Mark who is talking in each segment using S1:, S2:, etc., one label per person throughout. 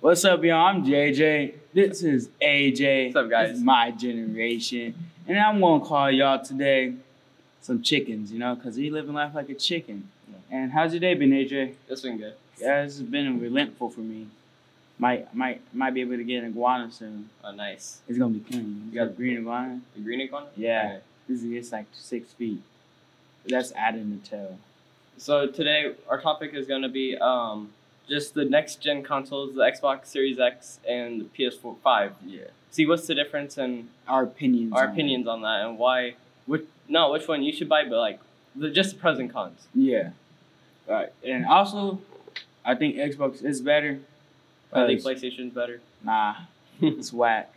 S1: What's up, y'all? I'm JJ. This is AJ.
S2: What's up, guys?
S1: This is my generation. And I'm going to call y'all today some chickens, you know, because you living life like a chicken. And how's your day been, AJ?
S2: This one good.
S1: Yeah, this has been relentful for me. Might might might be able to get an iguana soon.
S2: Oh, nice.
S1: It's gonna be clean. You got a
S2: Yeah.
S1: green iguana.
S2: The green iguana?
S1: Yeah.
S2: Okay.
S1: This is it's like six feet. That's adding the tail.
S2: So today our topic is going to be um, just the next gen consoles, the Xbox Series X and the PS4 5.
S1: Yeah.
S2: See what's the difference and
S1: Our opinions.
S2: our
S1: on it.
S2: opinions on that and why. Which not which one you should buy, but like the, just the pros and cons.
S1: Yeah. Right. And also, I think Xbox is better.
S2: I think
S1: Cause-
S2: PlayStation's better.
S1: Nah, it's whack.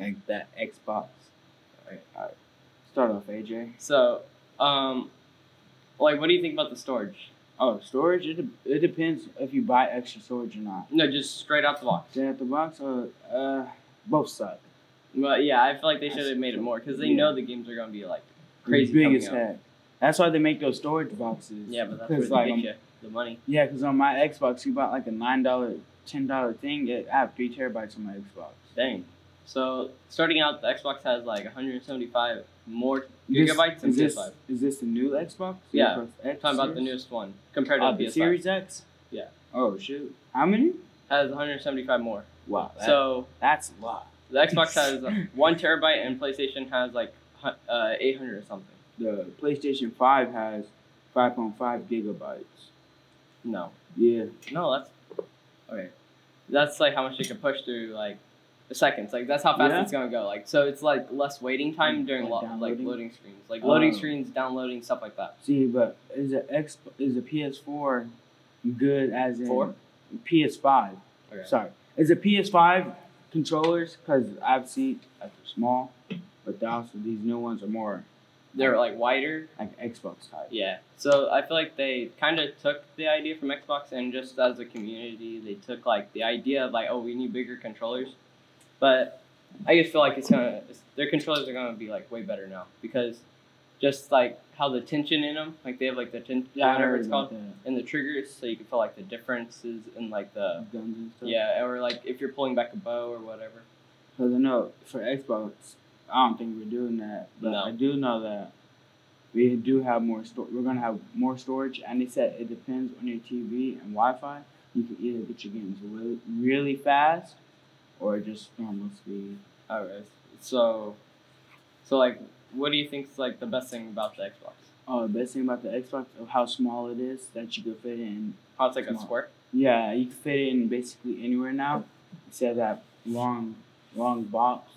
S1: Like that Xbox. Alright, alright. Start off, AJ.
S2: So, um, like, what do you think about the storage?
S1: Oh, storage. It, de- it depends if you buy extra storage or not.
S2: No, just straight out the box.
S1: Then at the box, or uh, both suck.
S2: But yeah, I feel like they should have made it more because they
S1: Yeah.
S2: know the games are going to be like crazy.
S1: big
S2: coming
S1: as
S2: out.
S1: heck. That's why they make those storage boxes.
S2: Yeah, but that's where
S1: 'Cause,
S2: they
S1: like,
S2: get
S1: um,
S2: you the money.
S1: Yeah, because on my Xbox, you bought like a nine dollar, ten dollar thing. It, I have three terabytes on my Xbox.
S2: Dang. So starting out, the Xbox has like 175 more
S1: This-
S2: gigabytes than
S1: is this,
S2: PS5.
S1: Is this the new Xbox?
S2: Yeah.
S1: Xbox X
S2: Talking about the
S1: series?
S2: newest one compared to
S1: Oh,
S2: the
S1: the
S2: PS5
S1: Series X.
S2: Yeah.
S1: Oh shoot. How many?
S2: has 175 more.
S1: Wow. that-
S2: So
S1: that's a lot.
S2: the Xbox has one terabyte and PlayStation has like hu- uh, 800 or something.
S1: The PlayStation Five has five point five gigabytes.
S2: No,
S1: Yeah.
S2: no, that's okay. That's like how much you can push through like seconds. Like that's how fast
S1: Yeah.
S2: it's gonna go. Like so, it's like less waiting time during
S1: Like
S2: lo- like
S1: downloading?
S2: loading screens, like loading
S1: Oh.
S2: screens, downloading stuff like that.
S1: See, but is the X is the PS4 good as in
S2: Four?
S1: PS5?
S2: Okay.
S1: Sorry, is the PS5 controllers? Because I've seen like they're small, but they also these new ones are more
S2: They're like wider
S1: like Xbox type.
S2: Yeah. So I feel like they kind of took the idea from Xbox and just as a community, they took like the idea of like, oh, we need bigger controllers. But I just feel like it's gonna it's, their controllers are gonna be like way better now because just like how the tension in them, like they have like the tension,
S1: I
S2: whatever
S1: heard
S2: it's
S1: about
S2: called, and the triggers, so you can feel like the differences in like the
S1: that. uh, Guns and stuff.
S2: yeah, or like if you're pulling back a bow or whatever.
S1: Because I know for Xbox, I don't think we're doing that, but
S2: No.
S1: I do know that we do have more. Sto- we're gonna have more storage, and they said it depends on your TV and Wi-Fi. You can either get your games really, really fast, or just normal speed.
S2: All right. So, so like, what do you think's like the best thing about the Xbox?
S1: Oh, the best thing about the Xbox of how small it is that you can fit in.
S2: How it's like a
S1: Small.
S2: square.
S1: Yeah, you can fit it in basically anywhere now. Instead of that long, long box.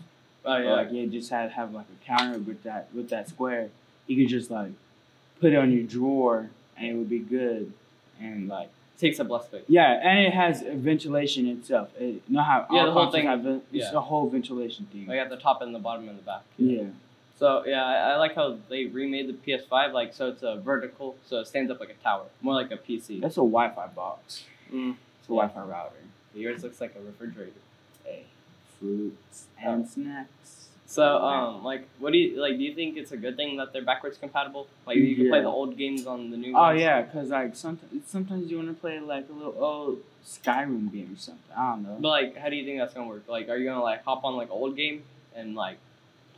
S2: Oh
S1: Or, Like you just had have like a counter with that with that square. You could just like put it on your drawer and it would be good. And like
S2: takes up less space.
S1: yeah, and it has ventilation itself. It not how
S2: Yeah,
S1: all
S2: the whole
S1: consoles
S2: thing-
S1: Have, ven-
S2: yeah.
S1: It's the whole ventilation thing.
S2: Like at the top and the bottom and the back.
S1: yeah.
S2: So yeah, I, I like how they remade the PS5 like so it's a vertical, so it stands up like a tower, more like a PC.
S1: that's a Wi-Fi box.
S2: Mm.
S1: It's a
S2: Yeah.
S1: Wi-Fi router.
S2: Yours looks like a refrigerator.
S1: Hey, fruits
S2: Oh.
S1: and snacks.
S2: So um, like, what do you like? Do you think it's a good thing that they're backwards compatible? Like you can play
S1: Yeah.
S2: the old games on the new.
S1: Oh
S2: ones?
S1: yeah, cause like sometimes sometimes you want to play like a little old Skyrim game or something. I don't know.
S2: But like, how do you think that's gonna work? Like, are you gonna like hop on like an old game and like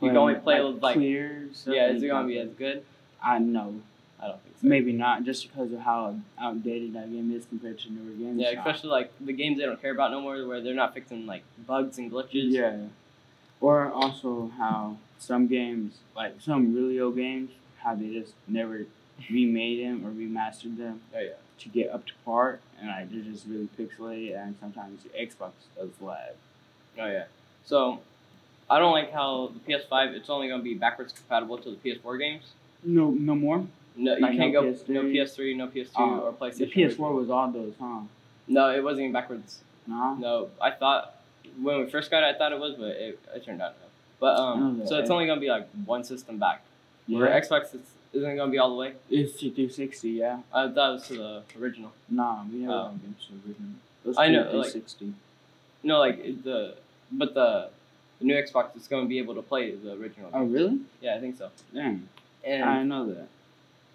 S2: you
S1: Playing,
S2: can only play with like
S1: clear stuff
S2: yeah,
S1: and
S2: is it
S1: you
S2: gonna
S1: can-
S2: be as good?
S1: I know.
S2: I don't think so.
S1: Maybe not, just because of how outdated that game is compared to newer games.
S2: Yeah, especially like the games they don't care about no more, where they're not fixing like bugs and glitches.
S1: Yeah. Or also how some games, like some really old games, how they just never remade them or remastered them
S2: Oh yeah.
S1: to get up to par, and like they're just really pixelated, and sometimes the Xbox does lag.
S2: Oh yeah. So I don't like how the PS5 it's only going to be backwards compatible to the PS4 games.
S1: No, no more.
S2: No, you
S1: Like no
S2: can't go
S1: PS3?
S2: no PS3, no PS2
S1: Uh,
S2: or
S1: The
S2: PlayStation.
S1: PS4 was all those, huh?
S2: No, it wasn't even backwards.
S1: No.
S2: No, I thought when we first got it, I thought it was, but it, it turned out no. But um,
S1: Oh,
S2: so it's
S1: yeah.
S2: only going to be like one system back. Where
S1: Yeah.
S2: Xbox is, isn't going to be all the way.
S1: It's to 360, yeah.
S2: I thought it was to the original.
S1: Nah, we never
S2: Oh.
S1: um, games to original. Those
S2: I
S1: two
S2: know, like-
S1: 360.
S2: No, like it- the but the, the new Xbox is going to be able to play the original.
S1: oh, really?
S2: Yeah, I think so.
S1: Damn.
S2: And
S1: I didn't know that.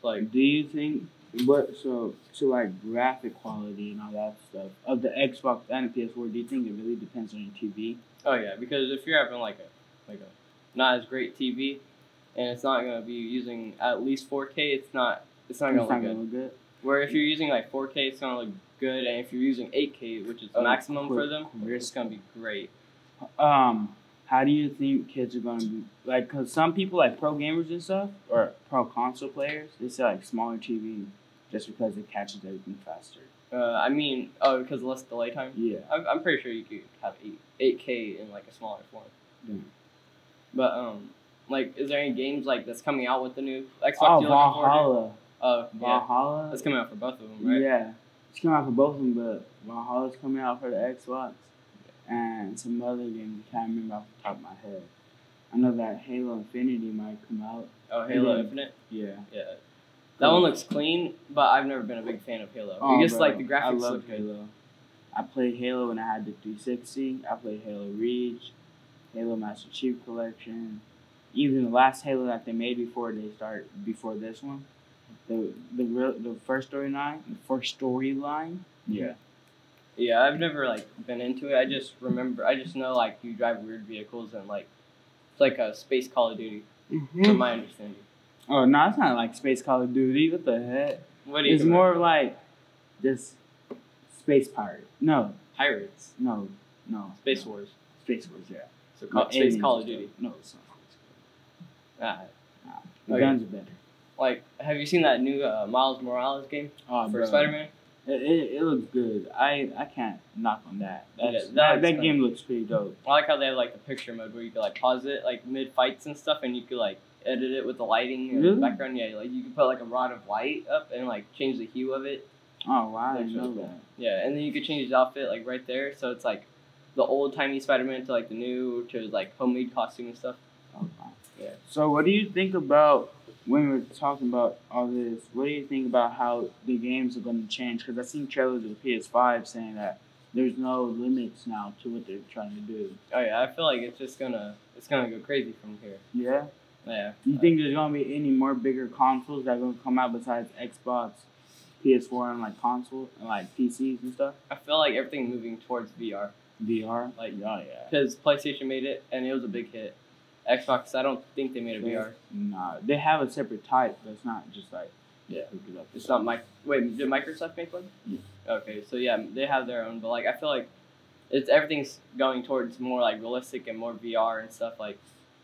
S2: like
S1: Do you think But so so like graphic quality and all that stuff of the Xbox and the PS4, do you think it really depends on your TV?
S2: Oh yeah, because if you're having like a like a not as great TV, and it's not gonna be using at least 4K, it's not it's not
S1: It's
S2: gonna
S1: not
S2: look
S1: gonna
S2: good.
S1: look good.
S2: Where if you're using like 4K, it's gonna look good, and if you're using 8K, which is
S1: Oh,
S2: maximum for
S1: quick,
S2: them,
S1: quick.
S2: it's gonna be great.
S1: Um, how do you think kids are gonna be like? Cause some people like pro gamers and stuff or pro console players, they say like smaller TV just because it catches everything faster.
S2: Uh, I mean, oh, because less delay time.
S1: Yeah.
S2: I'm, I'm pretty sure you could have eight eight K in like a smaller form.
S1: Yeah.
S2: But um, like, is there any games like that's coming out with the new Xbox?
S1: Oh,
S2: you're looking forward to?
S1: Valhalla.
S2: Oh, yeah,
S1: Valhalla.
S2: that's coming out for both of them, right?
S1: Yeah. It's coming out for both of them, but Valhalla's coming out for the Xbox. And some other games I can't remember off the top of my head. I know that Halo Infinity might come out.
S2: Oh, Halo
S1: Mhm.
S2: Infinite.
S1: Yeah.
S2: Yeah, that one looks clean, but I've never been a big fan of Halo.
S1: Oh,
S2: I guess
S1: bro,
S2: like the graphics
S1: I love
S2: look good.
S1: Halo. I played Halo when I had the 360. I played Halo Reach, Halo Master Chief Collection, even the last Halo that they made before they start before this one. The the real the first storyline, the first storyline.
S2: Yeah. Yeah, I've never like been into it. I just remember, I just know like you drive weird vehicles and like it's like a space Call of Duty,
S1: Mm-hmm.
S2: from my understanding.
S1: Oh no, it's not like Space Call of Duty. What the heck?
S2: What do you
S1: It's
S2: think
S1: more
S2: about
S1: like just space pirate. No,
S2: pirates,
S1: no, no.
S2: space wars,
S1: Space Wars. Yeah.
S2: so call, space
S1: Aliens
S2: Call of
S1: and
S2: Duty. Oh,
S1: stuff. No, it's not. Space Call of
S2: Ah,
S1: Duty. The
S2: Okay.
S1: guns are better.
S2: like, have you seen that new uh, Miles Morales game
S1: Oh,
S2: for
S1: bro.
S2: Spider Man?
S1: It, it, it looks good. I, I can't knock on that. That's,
S2: Yeah,
S1: that,
S2: that's
S1: that
S2: fun.
S1: game looks pretty dope.
S2: I like how they have like the picture mode where you could like pause it like mid fights and stuff, and you could like edit it with the lighting and
S1: Really?
S2: the background. Yeah, like you could put like a rod of light up and like change the hue of it.
S1: Oh wow, I
S2: Looks
S1: didn't know
S2: really cool.
S1: that.
S2: Yeah, and then you could change his outfit like right there, so it's like the old timey Spider Man to like the new to his like homemade costume and stuff.
S1: Oh, wow.
S2: Yeah.
S1: So what do you think about when we're talking about all this? What do you think about how the games are going to change? Because I seen trailers of PS5 saying that there's no limits now to what they're trying to do.
S2: Oh yeah, I feel like it's just gonna it's gonna go crazy from here.
S1: Yeah.
S2: Yeah.
S1: Do you think there's going to be any more bigger consoles that are going to come out besides Xbox, PS4, and like console and like PCs and stuff?
S2: I feel like everything moving towards VR
S1: VR.
S2: Like-
S1: oh yeah.
S2: because PlayStation made it and it was a big hit. Xbox, I don't think they made a VR.
S1: Nah, they have a separate type, but it's not just like
S2: Yeah.
S1: hook it up.
S2: It's not my wait. Did Microsoft make one?
S1: Yeah.
S2: Okay, so yeah, they have their own, but like I feel like it's everything's going towards more like realistic and more VR and stuff like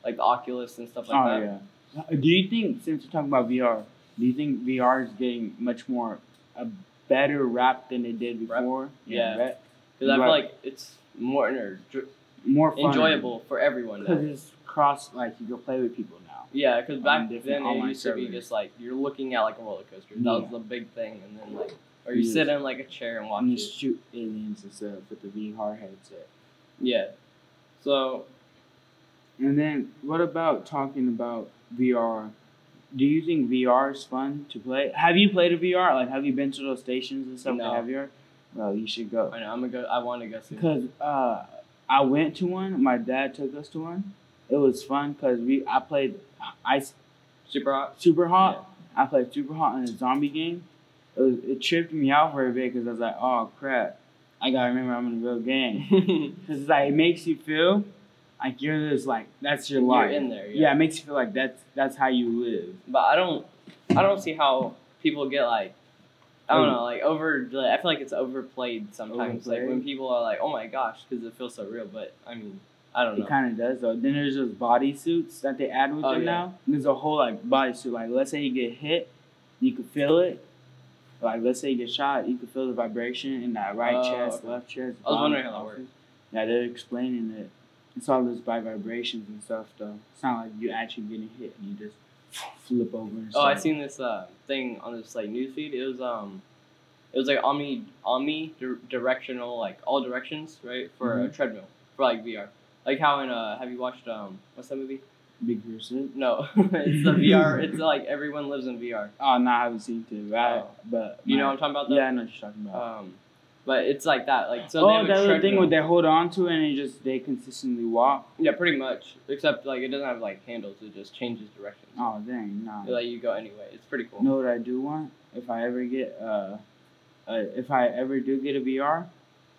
S2: like the Oculus and stuff like
S1: oh
S2: that.
S1: yeah. Do you think since we're talking about VR, do you think VR is getting much more a better rap than it did
S2: Rap?
S1: before?
S2: Yeah.
S1: rap.
S2: Because I feel
S1: Right.
S2: like it's more ner- dr-
S1: more fun.
S2: enjoyable for everyone.
S1: because
S2: Now.
S1: it's cross. Like you go play with people now.
S2: Yeah, because back
S1: On different
S2: then it
S1: online
S2: used to be
S1: servers.
S2: just like you're looking at like a roller coaster. That was
S1: Yeah.
S2: the big thing, and then like or you
S1: Yes.
S2: sit in like a chair and watch
S1: And you
S2: it.
S1: shoot aliens and stuff with the VR headset.
S2: Yeah. So
S1: And then what about talking about VR? Do you think VR is fun to play? Have you played a VR? Like, have you been to those stations and stuff
S2: No.
S1: that have VR? Well, you should go.
S2: I know I'm gonna go. I want to go soon.
S1: Because uh, I went to one. My dad took us to one. It was fun because we I played Ice
S2: Super hot.
S1: Super Hot. I played Super Hot in a zombie game. It, was, it tripped me out for a bit because I was like, oh crap, I gotta remember I'm in a real game. Because like it makes you feel like you're just like that's your
S2: you're
S1: life.
S2: in there.
S1: Yeah, it makes you feel like that's that's how you live.
S2: But I don't. I don't see how people get like. I don't
S1: Oh.
S2: know, like over. I feel like it's overplayed sometimes. Like when
S1: Overplayed?
S2: people are like, "Oh my gosh," because it feels so real. But I mean, I don't know.
S1: It kind of does though. Then there's those body suits that they add with
S2: Oh,
S1: them
S2: yeah.
S1: now. There's a whole like body suit. Like let's say you get hit, you can feel it. Like let's say you get shot, you can feel the vibration in that right
S2: Oh,
S1: chest,
S2: okay.
S1: left chest.
S2: I was
S1: bottom,
S2: wondering how that
S1: top.
S2: works.
S1: Yeah, they're explaining it. It's all this by vibrations and stuff though. It's not like you actually getting hit and you just flip over. And
S2: Oh, I
S1: stuff.
S2: seen this uh, thing on this like newsfeed. It was um, it was like omni omni dir- directional like all directions right for
S1: Mm-hmm.
S2: a treadmill for like VR. Like how in uh, have you watched um, what's that movie?
S1: Big person.
S2: No, it's the VR. It's like everyone lives in VR.
S1: Oh no, I haven't seen it, right?
S2: Oh.
S1: But
S2: You know
S1: my-
S2: what I'm talking about? Though?
S1: Yeah, I know what you're talking about.
S2: Um, But it's like that. Like so. they
S1: oh,
S2: have a
S1: that little thing
S2: treadmill.
S1: where they hold on to it and it just they consistently walk.
S2: Yeah, pretty much. Except like it doesn't have like handles. It just changes directions.
S1: Oh dang, nah.
S2: It, like you go anyway. It's pretty cool.
S1: You know what I do want? If I ever get uh, uh if I ever do get a VR,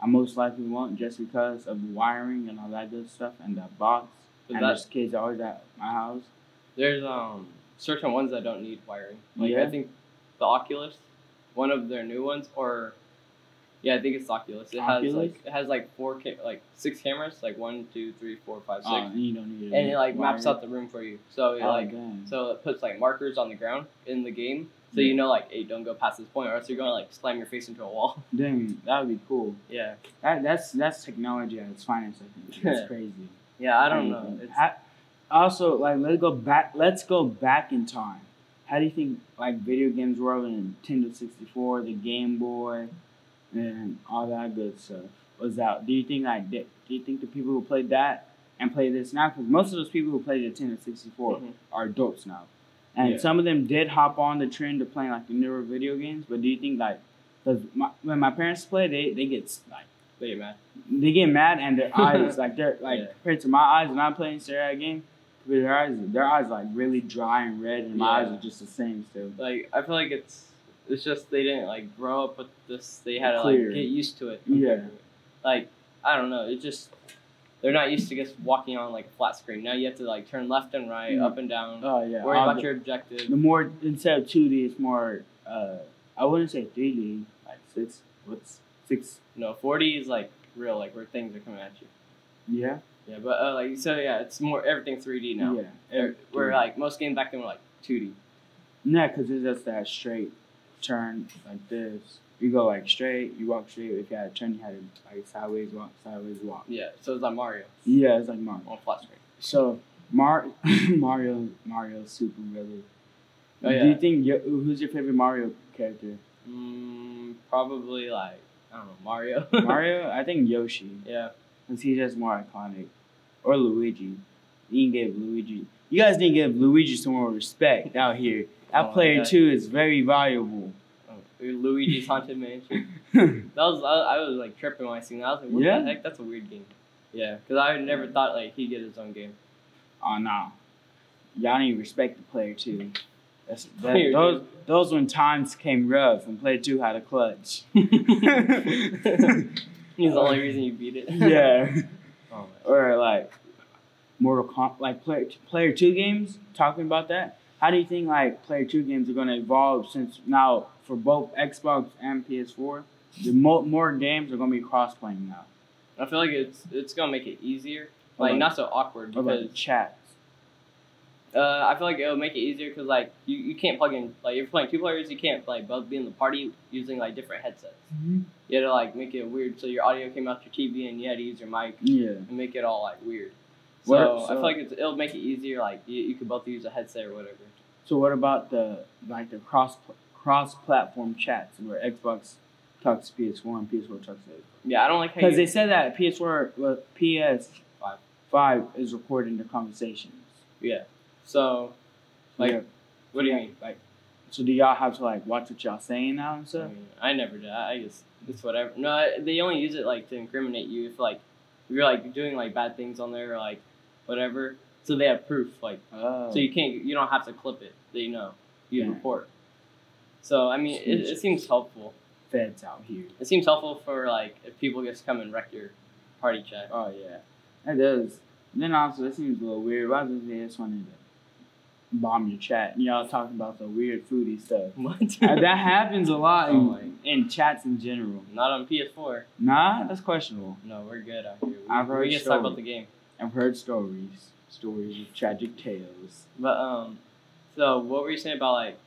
S1: I most likely won't just because of the wiring and all that good stuff and that box.
S2: But
S1: and
S2: that-
S1: there's kids always at my house.
S2: There's um certain ones that don't need wiring. Like
S1: Yeah.
S2: I think the Oculus, one of their new ones, or yeah, I think it's Oculus. It
S1: Oculus?
S2: has like it has like four ca- like six cameras, like one, two, three, four, five, six,
S1: Oh, and you don't need
S2: and it like maps out the room for you. So it,
S1: Oh,
S2: like
S1: dang.
S2: so it puts like markers on the ground in the game, so you know like hey, don't go past this point, or else you're gonna like slam your face into a wall.
S1: dang, that would be cool.
S2: Yeah,
S1: That that's that's technology at its finest. I think it's crazy.
S2: yeah, I don't know. It's, Mhm.
S1: I, Mm-hmm. also, like let's go back. Let's go back in time. How do you think like video games were when Nintendo sixty four, the Game Boy, and all that good stuff was out? Do you think like did, do you think the people who played that and play this now? Because most of those people who played Nintendo sixty four
S2: Mhm.
S1: are adults now, and
S2: Yeah.
S1: some of them did hop on the trend of playing like the newer video games. But do you think like because when my parents play, they they get like
S2: Wait, man.
S1: they get mad and their eyes like they're like
S2: Yeah.
S1: compared to my eyes when I'm playing Sarah again, compared to their eyes their eyes like really dry and red and my
S2: Yeah.
S1: eyes are just the same still.
S2: like I feel like it's it's just they didn't like grow up with this. They had to
S1: Clear.
S2: like get used to it.
S1: Yeah.
S2: Like I don't know. It just they're not used to just walking on like a flat screen. Now you have to like turn left and right,
S1: Mhm.
S2: up and down.
S1: Oh yeah.
S2: worry
S1: all
S2: about
S1: the,
S2: your objective.
S1: the more instead of two D it's more uh I wouldn't say three D, like six what's six
S2: No, 40 is like real, like where things are coming at you.
S1: yeah?
S2: Yeah, but uh, like so yeah, it's more everything's 3D now.
S1: Yeah.
S2: Er- Where
S1: Yeah.
S2: like most games back then were like 2D.
S1: No, because it's just that straight turn like this. You go like straight, you walk straight, if you had to turn you had to like sideways walk, sideways walk.
S2: Yeah, so it's like Mario
S1: Yeah, it's like Mario.
S2: on flat screen.
S1: So Mar- Mario Mario's super really.
S2: Oh,
S1: Do you
S2: yeah.
S1: think your, who's your favorite Mario character?
S2: Mm, probably like I don't know Mario.
S1: Mario, I think Yoshi,
S2: yeah.
S1: cause he's just more iconic, or Luigi. You didn't give Luigi. You guys didn't give Luigi some more respect out here. That
S2: Oh,
S1: player
S2: yeah.
S1: too is very valuable.
S2: Oh, Luigi's Haunted Mansion.
S1: yeah,
S2: That was I, I was like tripping when I seen that. I was like, what
S1: Yeah?
S2: the heck? That's a weird game. Yeah, because I never thought like he'd get his own game.
S1: Oh no. Y'all need to respect the player too. That's, that,
S2: Player
S1: those those when times came rough and player two had a clutch.
S2: He's the only reason you beat it.
S1: yeah.
S2: Oh, man.
S1: or like Mortal Com- like player player two games. Talking about that, how do you think like player two games are going to evolve since now for both Xbox and PS4, the mo- more games are going to be cross playing now.
S2: I feel like it's it's gonna make it easier,
S1: What
S2: like
S1: about-
S2: not so awkward
S1: What about
S2: because
S1: the chat?
S2: uh, I feel like it'll make it easier because like you, you can't plug in like if you're playing two players you can't like both be in the party using like different headsets. You had to like make it weird so your audio came out your TV and you had to use your mic
S1: Yeah,
S2: and make it all like weird. So,
S1: What-
S2: I
S1: so-
S2: feel like it's, it'll make it easier like you, you could both use a headset or whatever.
S1: So what about the like the cross cross platform chats where Xbox talks to PS4 and PS4 talks to
S2: Yeah, I don't like how
S1: because
S2: you-
S1: they said that PS4 well, PS
S2: Five.
S1: five is recording the conversations.
S2: So, like,
S1: Yeah.
S2: what do you
S1: Yeah,
S2: mean?
S1: Like, so do y'all have to like watch what y'all saying now and
S2: I,
S1: stuff?
S2: mean, I never did. I I just it's whatever. No, I- they only use it like to incriminate you if like if you're like doing like bad things on there or like whatever. So they have proof, like
S1: Oh.
S2: so you can't you don't have to clip it. They know you
S1: Yeah.
S2: report. So I mean, it, it seems helpful.
S1: feds out here.
S2: It seems helpful for like if people just come and wreck your party chat.
S1: Oh yeah, that does. And then also that seems a little weird. Why does they just wanted to bomb your chat? And y'all talking about the weird foodie stuff.
S2: What?
S1: Uh, that happens a lot in,
S2: Oh, my.
S1: in chats in general.
S2: Not on PS4.
S1: Nah, that's questionable.
S2: No, we're good out here. We,
S1: I've heard
S2: we just talk
S1: so.
S2: about the game.
S1: I've heard stories, stories of tragic tales.
S2: But um, so what were you saying about like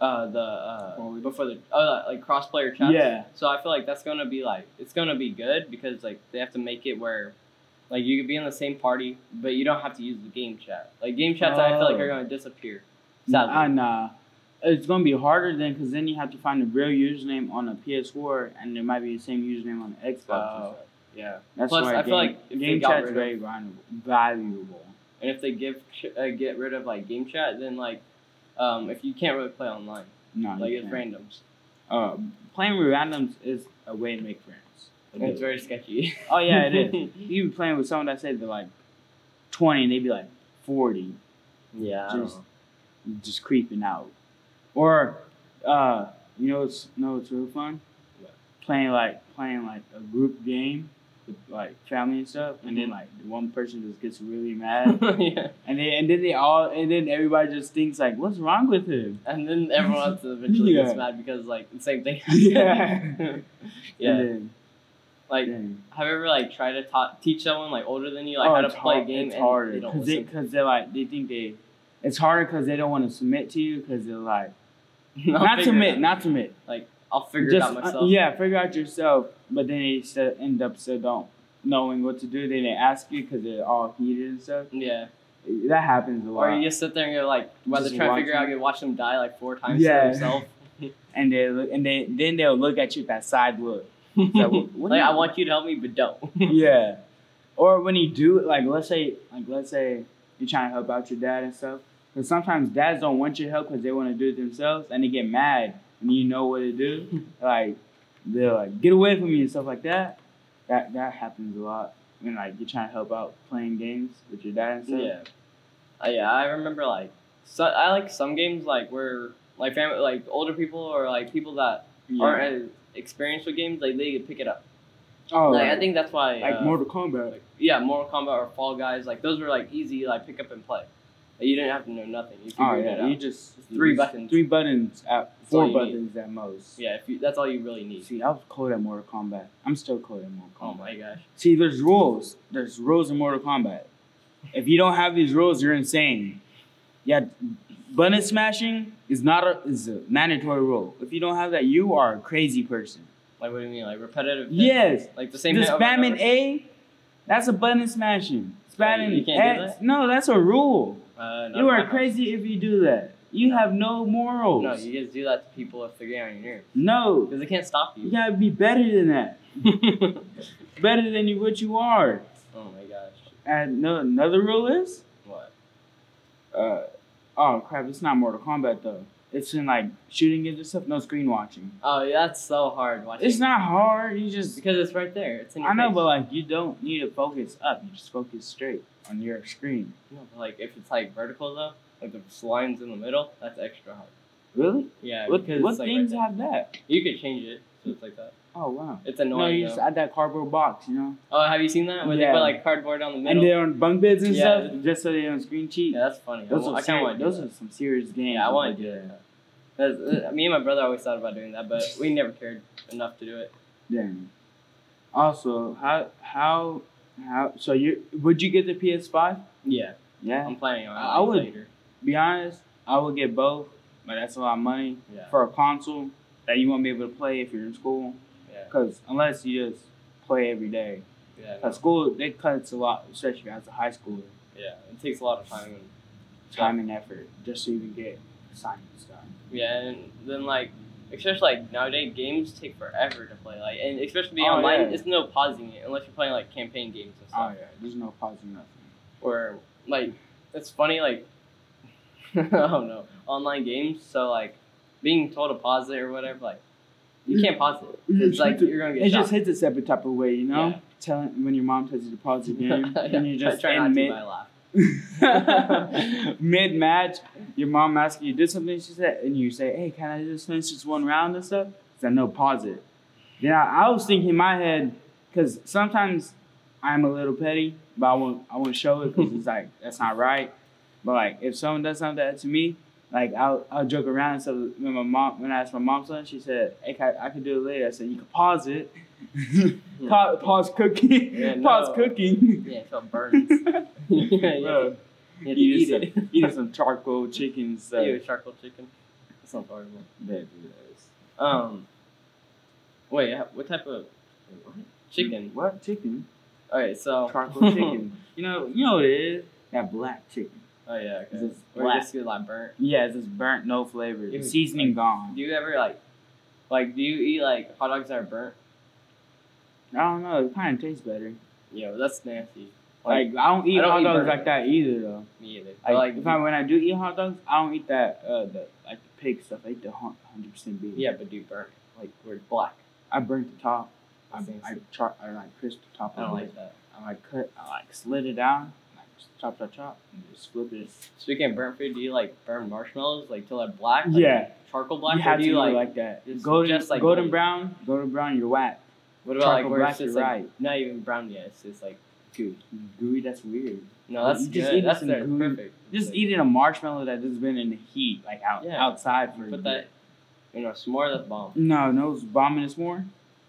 S2: uh the
S1: Well, we-
S2: uh before the oh like cross player chats?
S1: Yeah.
S2: So I feel like that's gonna be like it's gonna be good because like they have to make it where like you could be in the same party but you don't have to use the game chat. Like game chats, I feel like
S1: Oh.
S2: are gonna disappear. Sadly.
S1: Nah, nah. It's gonna be harder then, cause then you have to find the real username on a PS4, and there might be the same username on the Xbox. and
S2: Oh.
S1: stuff.
S2: Yeah.
S1: That's
S2: Plus,
S1: why
S2: I feel
S1: game,
S2: like if they
S1: game
S2: got
S1: chat's
S2: rid of-
S1: very valuable. valuable.
S2: And if they give ch- uh, get rid of like game chat, then like um if you can't really play online,
S1: No,
S2: like
S1: you
S2: it's
S1: can't.
S2: randoms.
S1: Uh, playing with randoms is a way to make friends.
S2: It's very sketchy.
S1: Oh yeah, it is. you be playing with someone that said they're like twenty and they be like forty,
S2: yeah.
S1: just just creeping out. Or uh, you know it's no it's really fun?
S2: What?
S1: Playing like playing like a group game with like family and stuff and
S2: Mm-hmm.
S1: then like one person just gets really mad
S2: yeah.
S1: and then and then they all and then everybody just thinks like what's wrong with him?
S2: And then everyone else eventually
S1: Yeah.
S2: gets mad because like the same thing.
S1: Yeah.
S2: yeah.
S1: And
S2: Like,
S1: then, dang.
S2: have you ever like tried to ta- teach someone like older than you like
S1: Oh,
S2: how to
S1: it's
S2: play
S1: hard-
S2: a game
S1: It's
S2: and
S1: harder
S2: they don't
S1: because they,
S2: listen?
S1: cause they're like they think they. It's harder because they don't want to submit to you because they're like
S2: I'll
S1: not
S2: figure it
S1: submit,
S2: out.
S1: not submit.
S2: I'll figure
S1: Just
S2: it out
S1: uh,
S2: myself.
S1: yeah, figure out yourself. But then they still end up still don't knowing what to do. Then they ask you because they're all heated and stuff.
S2: Yeah.
S1: That happens a lot.
S2: Or you just sit there and you're like, while
S1: Just
S2: they're trying to
S1: watch
S2: figure out, you watch them die like four times
S1: Yeah.
S2: to themselves.
S1: and they look, and they then they'll look at you with that side look. like, what- what
S2: like,
S1: do you-
S2: I want you to help me, but don't.
S1: yeah. Or when you do like let's say like let's say you're trying to help out your dad and stuff. But sometimes dads don't want your help because they want to do it themselves and they get mad and you know what to do. Like they're like, get away from me and stuff like that. That that happens a lot. When like you're trying to help out playing games with your dad and stuff.
S2: yeah. Uh, yeah, I remember like, so, I like some games like where like family, like older people or like people that
S1: Yeah.
S2: aren't as experienced with uh, games, like they pick it up.
S1: Oh
S2: like,
S1: like,
S2: I think that's why.
S1: like
S2: uh,
S1: Mortal Kombat.
S2: like, yeah, Mortal Kombat or Fall Guys, like those were like easy, like pick up and play. Like, you didn't have to know nothing. You
S1: Oh
S2: figured it
S1: yeah,
S2: out.
S1: you just
S2: Three
S1: you just-
S2: buttons.
S1: Three buttons at
S2: all
S1: four
S2: you need.
S1: buttons at most.
S2: yeah, if you, that's all you really need.
S1: See, I was cold at Mortal Kombat. I'm still cold at Mortal Kombat.
S2: Oh my gosh.
S1: See, there's rules. There's rules in Mortal Kombat. If you don't have these rules, you're insane. Yeah, button smashing is not a is a mandatory rule. If you don't have that, you are a crazy person.
S2: Like what do you mean? Like repetitive. hits?
S1: Yes,
S2: Like the same.
S1: the
S2: hit over and
S1: spamming
S2: over?
S1: A, that's a button smashing. Spamming
S2: Oh, You can't do
S1: X, no, that's a rule.
S2: Uh, no,
S1: You
S2: no,
S1: are
S2: no.
S1: crazy if you do that. You have no morals.
S2: No, you just do that to people if they're getting on your nerves
S1: no,
S2: because they can't stop
S1: you
S2: you.
S1: gotta be better than that.
S2: oh
S1: Better than you what you are.
S2: my gosh.
S1: And no, another rule is
S2: What?
S1: uh, oh crap, it's not Mortal Kombat though. It's in like shooting games and stuff. No screen watching.
S2: Oh, yeah, that's so hard watching.
S1: It's not hard. You just
S2: because it's right there. It's in your
S1: I know,
S2: face.
S1: but like you don't need to focus up. You just focus straight on your screen.
S2: No, but, like if it's like vertical though, like the lines in the middle, that's extra hard.
S1: Really?
S2: Yeah,
S1: What
S2: because
S1: what
S2: it's, like, right
S1: things
S2: there.
S1: have that?
S2: you could change it so it's like that.
S1: Oh wow.
S2: It's
S1: No,
S2: annoying.
S1: you
S2: though.
S1: just add that cardboard box, you know,
S2: Oh, have you seen that? Where
S1: Yeah.
S2: they put like cardboard on the middle?
S1: and they're on bunk beds and
S2: Yeah.
S1: stuff, just so they don't screen cheat.
S2: yeah, that's funny. I
S1: Those
S2: wa-
S1: are
S2: I kind of want
S1: serious,
S2: to
S1: those are some serious games.
S2: Yeah, I want
S1: to
S2: to do that. That's, uh, me and my brother always thought about doing that, but we never cared enough to do it.
S1: Dang. Also, how how how? So you would you get the PS Five?
S2: Yeah,
S1: Yeah.
S2: I'm planning on. it
S1: I would-
S2: later.
S1: be honest, I would get both, but that's a lot of money
S2: Yeah,
S1: for a console that you won't be able to play if you're in school.
S2: yeah,
S1: Because unless you just play every day,
S2: yeah. no.
S1: at school they cuts a lot, especially as a high schooler,
S2: Yeah, it takes a lot of time. And,
S1: time and effort just so you can get assignments done.
S2: yeah, and then like, especially like nowadays, games take forever to play. Like, and especially being
S1: Oh,
S2: online,
S1: yeah.
S2: it's no pausing it unless you're playing like campaign games and
S1: Oh
S2: stuff.
S1: yeah, there's no pausing nothing.
S2: Or like, it's funny like, I don't know, online games. So like, being told to pause it or whatever, like,
S1: Mm.
S2: you can't pause it. It's like you're gonna get
S1: It
S2: shot.
S1: just hits a separate type of way, you know.
S2: Yeah.
S1: Telling when your mom tells you to pause the game, and you
S2: Try-
S1: just
S2: try
S1: in
S2: not to
S1: mid
S2: by laugh.
S1: mid match, your mom asks you to do something, she said, and you say, "Hey, can I just finish this one round and stuff?" Then no, pause it. Then I, I was thinking in my head because sometimes I'm a little petty, but I won't I won't show it because it's like that's not right. But like if someone does something like that to me, like I'll I'll joke around and stuff. When my mom when I asked my mom something, she said, "Hey, can I, I could do it later." I said, "You can pause it." Pa- pause cooking.
S2: Yeah, no.
S1: Pause cooking.
S2: Yeah, so it burns. yeah, yeah.
S1: Bro.
S2: You have to
S1: Eat
S2: eat
S1: some,
S2: it.
S1: eating some charcoal uh, chicken and stuff.
S2: Ew, charcoal chicken. That's not horrible.
S1: That is-
S2: Um, wait, uh, what type of chicken?
S1: What chicken?
S2: All right, so
S1: Charcoal chicken. you know, you know what it is. That black chicken.
S2: oh yeah,
S1: Is
S2: okay.
S1: this
S2: Or
S1: black?
S2: just get like burnt.
S1: Yeah, it's just burnt, no flavor. The
S2: Ew.
S1: seasoning gone.
S2: Do you ever like, like, do you eat like hot dogs that are burnt?
S1: I don't know. It kind of tastes better.
S2: Yeah, well, that's nasty.
S1: Like I don't eat
S2: I don't
S1: hot
S2: eat
S1: dogs
S2: burnt.
S1: like that either, though.
S2: Me either. But,
S1: Like,
S2: Like,
S1: if I, when I do eat hot dogs, I don't eat that uh the like the pig stuff. I eat the hundred percent beef.
S2: yeah, but do burnt. like where it's black.
S1: I burnt the top. I,
S2: Same
S1: I, char- I like crisped the top.
S2: I don't
S1: of it.
S2: like that.
S1: I like cut. I like slid it down. Like chop, chop, chop, and just flip it.
S2: Speaking of burnt food, do you like burn marshmallows like till they're black? Like,
S1: Yeah.
S2: Charcoal
S1: You
S2: black? Or
S1: have
S2: do
S1: to
S2: you
S1: do it
S2: like,
S1: like, that.
S2: just-
S1: Golden,
S2: just like
S1: golden
S2: me.
S1: brown, golden brown. You're whack.
S2: what about like
S1: charcoal
S2: where
S1: black,
S2: it's just
S1: you're
S2: like
S1: right.
S2: not even brown yet? It's just like
S1: Dude, gooey. That's weird.
S2: no, that's
S1: You just eat
S2: good. That's
S1: some
S2: there.
S1: gooey-
S2: perfect.
S1: Just
S2: Like,
S1: eating a marshmallow that has been in the heat, like out
S2: Yeah.
S1: outside for. a bit.
S2: Put that, you know, s'more. That's bomb.
S1: No, no, it's bombing is more.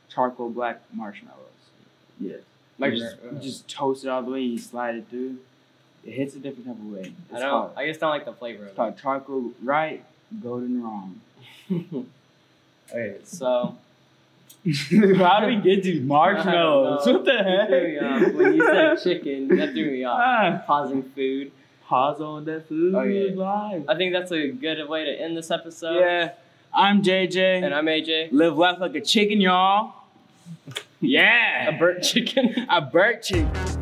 S1: Charcoal black marshmallows. Yeah. Like
S2: Yeah.
S1: just, just toast it all the way. You slide it through. It hits a different type of way. It's
S2: I don't.
S1: called,
S2: I just don't like the flavor
S1: it's
S2: of
S1: called charcoal right, golden wrong.
S2: it. okay, so
S1: How do we get these marshmallows?
S2: I don't know.
S1: What the heck?
S2: you threw me off when you said chicken. That threw me off.
S1: Ah,
S2: Pausing food.
S1: pause on that food
S2: Oh, yeah.
S1: live.
S2: I think that's a good way to end this episode.
S1: Uh, yeah, I'm JJ.
S2: And I'm AJ.
S1: live life like a chicken, y'all. Yeah,
S2: A burnt chicken.
S1: a bird chicken.